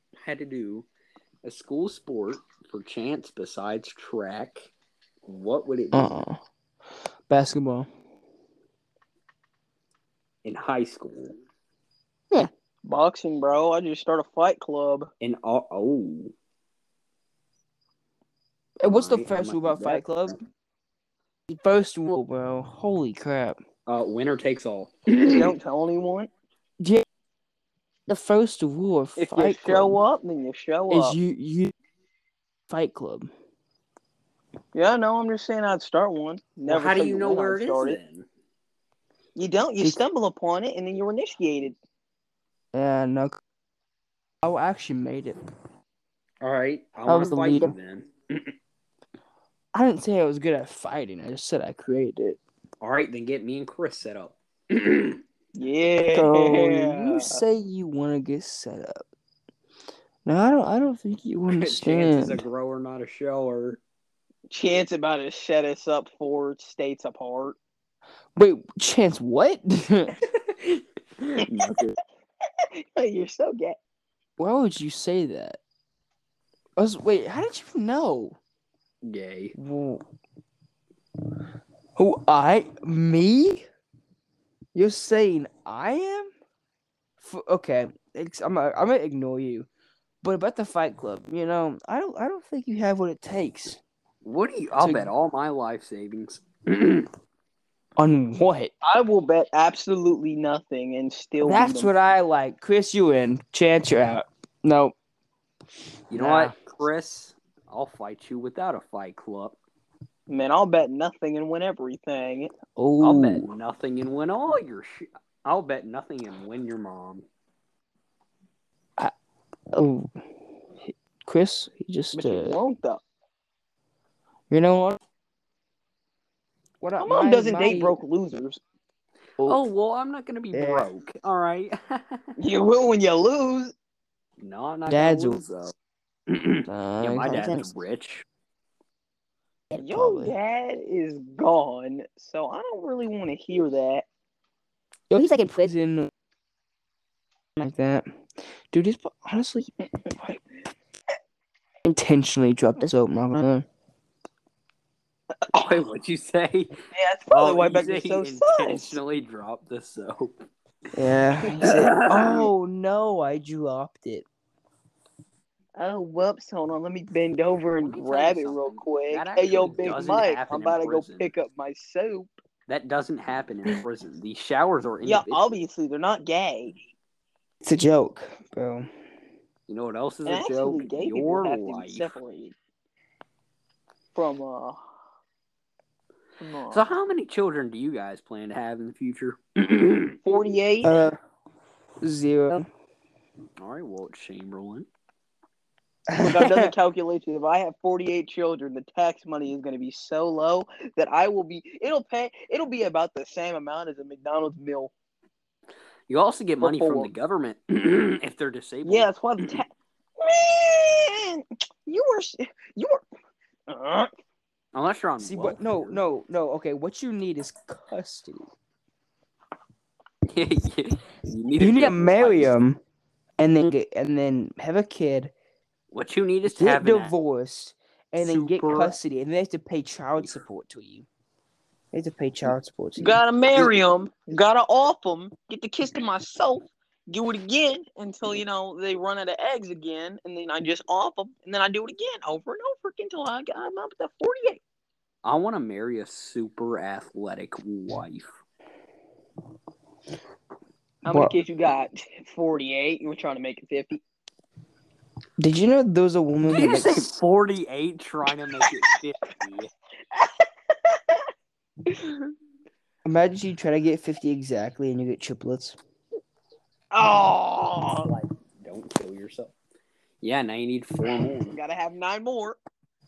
Speaker 1: <clears throat> had to do a school sport for chance besides track, what would it be
Speaker 2: Uh-uh. Basketball.
Speaker 1: in high school?
Speaker 3: Boxing, bro. I just start a fight club.
Speaker 1: In all, oh,
Speaker 2: Hey, what's the
Speaker 1: Alright, I
Speaker 2: first
Speaker 1: might
Speaker 2: rule
Speaker 1: do
Speaker 2: about Fight
Speaker 1: that.
Speaker 2: Club? The first rule, bro. Holy crap.
Speaker 1: uh, winner takes all. <clears throat>
Speaker 3: You don't tell anyone.
Speaker 2: Yeah. The first rule of
Speaker 3: If
Speaker 2: Fight
Speaker 3: you show
Speaker 2: Club
Speaker 3: up, then you show
Speaker 2: is
Speaker 3: up.
Speaker 2: you you Fight Club.
Speaker 3: Yeah, no, I'm just saying I'd start one.
Speaker 1: Well,
Speaker 3: Never
Speaker 1: how do
Speaker 3: tell
Speaker 1: you know
Speaker 3: when I
Speaker 1: where it is
Speaker 3: started.
Speaker 1: then?
Speaker 3: You don't. You
Speaker 2: Bec-
Speaker 3: stumble upon it, and then you're initiated.
Speaker 2: Yeah, no. uh, I actually made it.
Speaker 1: All right, I
Speaker 2: I
Speaker 1: want
Speaker 2: was
Speaker 1: to
Speaker 2: the
Speaker 1: fight
Speaker 2: leader.
Speaker 1: you then.
Speaker 2: I didn't say I was good at fighting. I just said I created it.
Speaker 1: All right, then get me and Chris set up. <clears throat> All
Speaker 3: Yeah.
Speaker 2: So you say you want to get set up. No, I don't. I don't think
Speaker 3: <laughs>
Speaker 2: you
Speaker 1: Chance is a
Speaker 2: understand.
Speaker 1: grower, not a
Speaker 2: <laughs>
Speaker 1: shower.
Speaker 3: Chance about to set us up four states apart. <laughs>
Speaker 2: Wait, chance what? <laughs>
Speaker 3: you're so gay.
Speaker 2: Why would you say that? I was, wait, how did you know?
Speaker 1: Gay.
Speaker 2: Who who I me? You're saying I am? F- okay, ex- I'm gonna- I'm gonna ignore you. But about the Fight Club, you know, I don't I don't think you have what it takes.
Speaker 1: What do you? I'll
Speaker 2: So-
Speaker 1: bet all my life savings. <clears throat>
Speaker 2: On what?
Speaker 3: I will bet absolutely nothing and still. be
Speaker 2: That's
Speaker 3: the-
Speaker 2: what I like. Chris, you in? Chance, you're out. No,
Speaker 1: You know
Speaker 2: Nah.
Speaker 1: what, Chris? I'll fight you without a fight club.
Speaker 3: man. I'll bet nothing and win everything.
Speaker 2: oh,
Speaker 1: I'll bet nothing and win all your shit. I'll bet nothing and win your mom.
Speaker 2: oh, Chris, he just
Speaker 3: But you
Speaker 2: uh,
Speaker 3: won't though.
Speaker 2: you know what? What
Speaker 3: My
Speaker 2: up,
Speaker 3: mom doesn't date
Speaker 2: my-
Speaker 3: broke losers. <laughs>
Speaker 1: Oh well, I'm not gonna be
Speaker 2: Yeah.
Speaker 1: broke. All right. <laughs>
Speaker 3: You will when you lose.
Speaker 1: no, I'm not
Speaker 2: Dad's a-
Speaker 1: gonna lose though. <clears throat> yeah,
Speaker 2: Uh,
Speaker 1: my
Speaker 2: okay.
Speaker 1: dad's rich. <laughs>
Speaker 3: Your
Speaker 2: Probably.
Speaker 3: dad is gone, so I don't really want to hear that.
Speaker 2: Yo, he's like in prison, like that. Dude, he's honestly intentionally dropped this open. I'm not gonna-
Speaker 1: Wait, what'd you say?
Speaker 3: Yeah, that's probably
Speaker 1: Oh,
Speaker 3: why
Speaker 1: you
Speaker 3: Beck
Speaker 1: say
Speaker 3: is
Speaker 1: he
Speaker 3: so sus.
Speaker 1: intentionally dropped the
Speaker 3: <laughs>
Speaker 1: soap.
Speaker 2: Yeah. he said, oh no, I dropped it.
Speaker 3: Oh, whoops. Hold on. Let me bend over and
Speaker 1: Let me tell
Speaker 3: grab
Speaker 1: you
Speaker 3: it real
Speaker 1: something.
Speaker 3: quick.
Speaker 1: That
Speaker 3: Hey, yo,
Speaker 1: actually
Speaker 3: Big
Speaker 1: doesn't
Speaker 3: Mike.
Speaker 1: happen
Speaker 3: I'm
Speaker 1: in
Speaker 3: about to go
Speaker 1: prison.
Speaker 3: pick up my soap.
Speaker 1: That doesn't happen in prison. The showers are
Speaker 3: Yeah,
Speaker 1: individual.
Speaker 3: obviously, they're not gay.
Speaker 2: It's a joke, bro.
Speaker 1: You know what else is
Speaker 3: And
Speaker 1: a
Speaker 3: actually,
Speaker 1: joke?
Speaker 3: gay
Speaker 1: Your
Speaker 3: people have to be
Speaker 1: life.
Speaker 3: separated from, uh, from, uh,
Speaker 1: So, how many children do you guys plan to have in the
Speaker 2: <clears throat>
Speaker 1: future?
Speaker 3: 48.
Speaker 2: Uh, Oh. zero. <laughs>
Speaker 1: All right, Walt Chamberlain.
Speaker 2: <laughs>
Speaker 3: Look, I've <laughs> done the calculation. If I have 48 children, the tax money is going to be so low that I will be, it'll pay, it'll be about the same amount as a McDonald's meal.
Speaker 1: You also get money from
Speaker 3: Before.
Speaker 1: the government <clears throat> if they're disabled.
Speaker 3: Yeah, that's why the ta- Man! You were, s- you were, uh,
Speaker 1: Unless you're on.
Speaker 2: See what?
Speaker 1: <laughs>
Speaker 2: No,
Speaker 1: welfare.
Speaker 2: no, no. Okay, what you need is custody.
Speaker 1: you need,
Speaker 2: You need to
Speaker 1: good
Speaker 2: marry
Speaker 1: wife.
Speaker 2: him, and then get, and then have a kid,
Speaker 1: What you need is to
Speaker 2: get
Speaker 1: have an
Speaker 2: divorced, and then get
Speaker 1: super-
Speaker 2: custody, and they have to pay child support to you. They have to pay child support to you.
Speaker 3: gotta marry him, gotta off him, get the kiss to myself, do it again until, you know, they run out of eggs again, and then I just off them, and then I do it again over and over again until I, I'm up to 48.
Speaker 1: I want to marry a super athletic wife.
Speaker 3: How many
Speaker 2: Well-
Speaker 3: kids you got? 48. You were trying to make it 50.
Speaker 2: Did you know there was a woman?
Speaker 1: Did you
Speaker 2: that
Speaker 1: say
Speaker 2: makes,
Speaker 1: 48 trying to make it 50?
Speaker 3: <laughs>
Speaker 2: imagine you try to get fifty exactly, and you get triplets.
Speaker 3: Oh,
Speaker 1: like, <laughs> don't kill yourself. Yeah, now you need four more.
Speaker 3: gotta have nine more.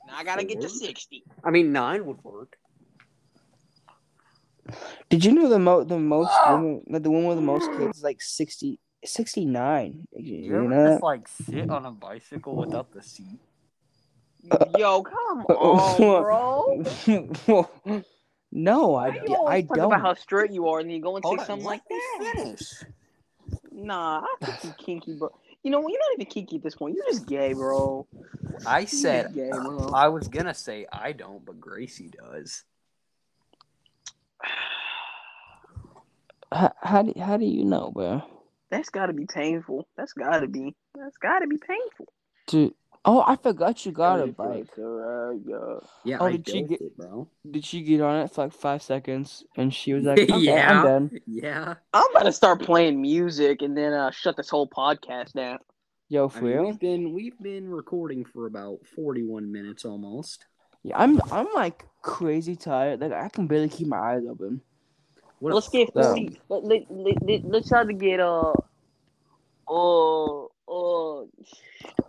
Speaker 3: Now I gotta get to 60.
Speaker 1: I mean, nine would work.
Speaker 3: Ah!
Speaker 2: Did you know the mo- the most woman, like the woman with the most kids, is like sixty sixty nine.
Speaker 4: Did
Speaker 2: You
Speaker 4: you
Speaker 2: know
Speaker 4: ever
Speaker 2: that?
Speaker 4: just like sit on a bicycle without the seat?
Speaker 3: Yo, come on, bro.
Speaker 2: <laughs> Well, no, I,
Speaker 3: Why do you always
Speaker 2: I
Speaker 3: talk
Speaker 2: don't.
Speaker 3: about how straight you are, and then you go and say something like
Speaker 1: me
Speaker 3: that?
Speaker 1: finish.
Speaker 3: Nah, I think you kinky, bro. You know what? You're not even kinky at this point. You're just gay, bro.
Speaker 1: <laughs>
Speaker 4: I
Speaker 3: You're just
Speaker 4: said
Speaker 3: gay, bro.
Speaker 4: I was gonna say I don't, but Gracie does.
Speaker 2: how, how do how do you know, bro?
Speaker 3: That's got to be painful. That's got to be. That's got to be painful.
Speaker 2: Dude, oh, I forgot you got a bike.
Speaker 1: Yeah,
Speaker 2: Oh,
Speaker 1: I
Speaker 2: did she
Speaker 1: did
Speaker 2: get-
Speaker 1: it, bro.
Speaker 2: Did she get on it for like five seconds and she was
Speaker 3: <laughs>
Speaker 1: <laughs>
Speaker 2: like, okay,
Speaker 4: Yeah.
Speaker 2: I'm done.
Speaker 4: Yeah.
Speaker 3: I'm about to start playing music and then uh, shut this whole podcast down.
Speaker 2: Yo,
Speaker 1: I
Speaker 2: for
Speaker 1: mean,
Speaker 2: real?
Speaker 1: we've been we've been recording for about forty one minutes almost.
Speaker 2: Yeah, I'm I'm like crazy tired. Like I can barely keep my eyes open.
Speaker 1: What a
Speaker 3: let's get
Speaker 2: fuck?
Speaker 3: 40. Let, let, let, let, let's try to get, uh, oh, oh,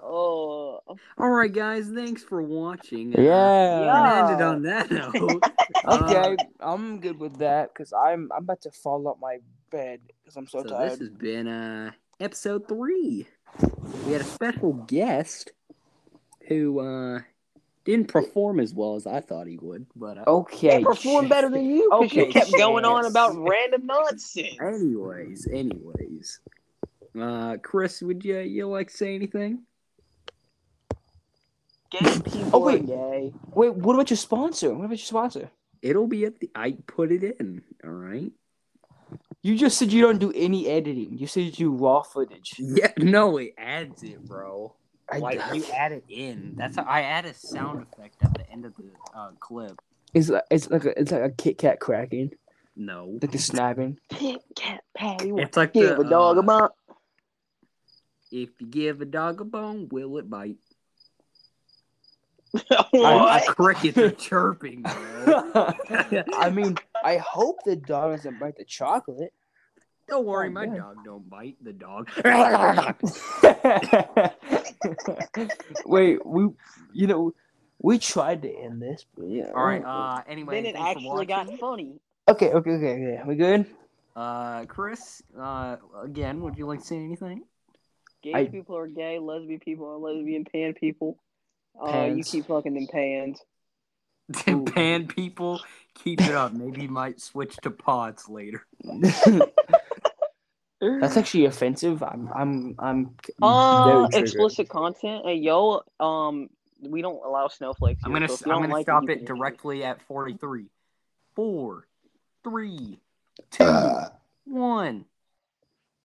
Speaker 3: oh.
Speaker 1: All right, guys. Thanks for watching. Uh, we're
Speaker 2: Yeah.
Speaker 1: gonna end it on that <laughs> note.
Speaker 2: <laughs>
Speaker 1: Um,
Speaker 2: Okay, I'm good with that because I'm I'm about to fall off my bed because I'm so,
Speaker 1: so this
Speaker 2: tired.
Speaker 1: has been uh episode three. We had a special guest who uh didn't perform as well as I thought he would, but uh,
Speaker 2: Okay.
Speaker 3: They performed better than you because you
Speaker 2: Okay,
Speaker 3: kept going
Speaker 2: yes.
Speaker 3: on about random nonsense.
Speaker 1: anyways, anyways. Uh, Chris, would you you like to say anything?
Speaker 3: Gay people oh,
Speaker 2: wait.
Speaker 3: wait. gay.
Speaker 2: Wait, what about your sponsor? What about your sponsor?
Speaker 1: It'll be at the. I put it in. All right.
Speaker 2: You just said you don't do any editing. You said you do raw footage.
Speaker 1: Yeah. <laughs> No, it adds it, bro.
Speaker 2: I,
Speaker 1: like you add it in. That's how I add a sound effect at the end of the uh, clip.
Speaker 2: it's like it's like a, it's like a Kit Kat cracking,
Speaker 1: No,
Speaker 2: like a snapping.
Speaker 3: Cat, cat, pat, you want
Speaker 1: it's like
Speaker 3: to give
Speaker 1: the,
Speaker 3: a dog
Speaker 1: uh,
Speaker 3: a bump.
Speaker 1: If you give a dog a bone, will it bite?
Speaker 3: What? Oh,
Speaker 1: <laughs> The crickets are chirping. <laughs> Bro.
Speaker 2: <laughs> I mean, I hope the dog doesn't bite the chocolate.
Speaker 1: Don't worry,
Speaker 2: Oh,
Speaker 1: my
Speaker 2: yeah.
Speaker 1: dog don't bite. The
Speaker 3: <laughs>
Speaker 1: dog.
Speaker 2: <laughs> Wait, we, you know, we tried to end this, but yeah.
Speaker 1: All right. Uh. Anyway,
Speaker 3: Then it
Speaker 1: thanks for
Speaker 3: actually got
Speaker 1: watching.
Speaker 3: funny.
Speaker 2: okay, okay, okay, okay. We good?
Speaker 1: Uh, Chris. Uh, again, would you like to say anything? <laughs>
Speaker 3: Gay
Speaker 2: I-
Speaker 3: people are gay. Lesbian people are lesbian. Pan people. Uh, you
Speaker 1: Pans.
Speaker 3: keep fucking them pans.
Speaker 2: Ooh.
Speaker 1: Pan people, keep it up. Maybe you might switch to pods
Speaker 3: <laughs>
Speaker 1: later.
Speaker 2: <laughs> That's actually offensive. I'm, I'm, I'm.
Speaker 3: Uh,
Speaker 2: very triggered.
Speaker 3: explicit content. Hey, yo, um, we don't allow snowflakes.
Speaker 1: I'm
Speaker 3: here,
Speaker 1: gonna
Speaker 3: so if you
Speaker 1: I'm
Speaker 3: don't
Speaker 1: gonna
Speaker 3: like
Speaker 1: stop
Speaker 3: you
Speaker 1: it,
Speaker 3: can-
Speaker 1: directly at
Speaker 3: Uh.
Speaker 1: 43, four, three, two, one.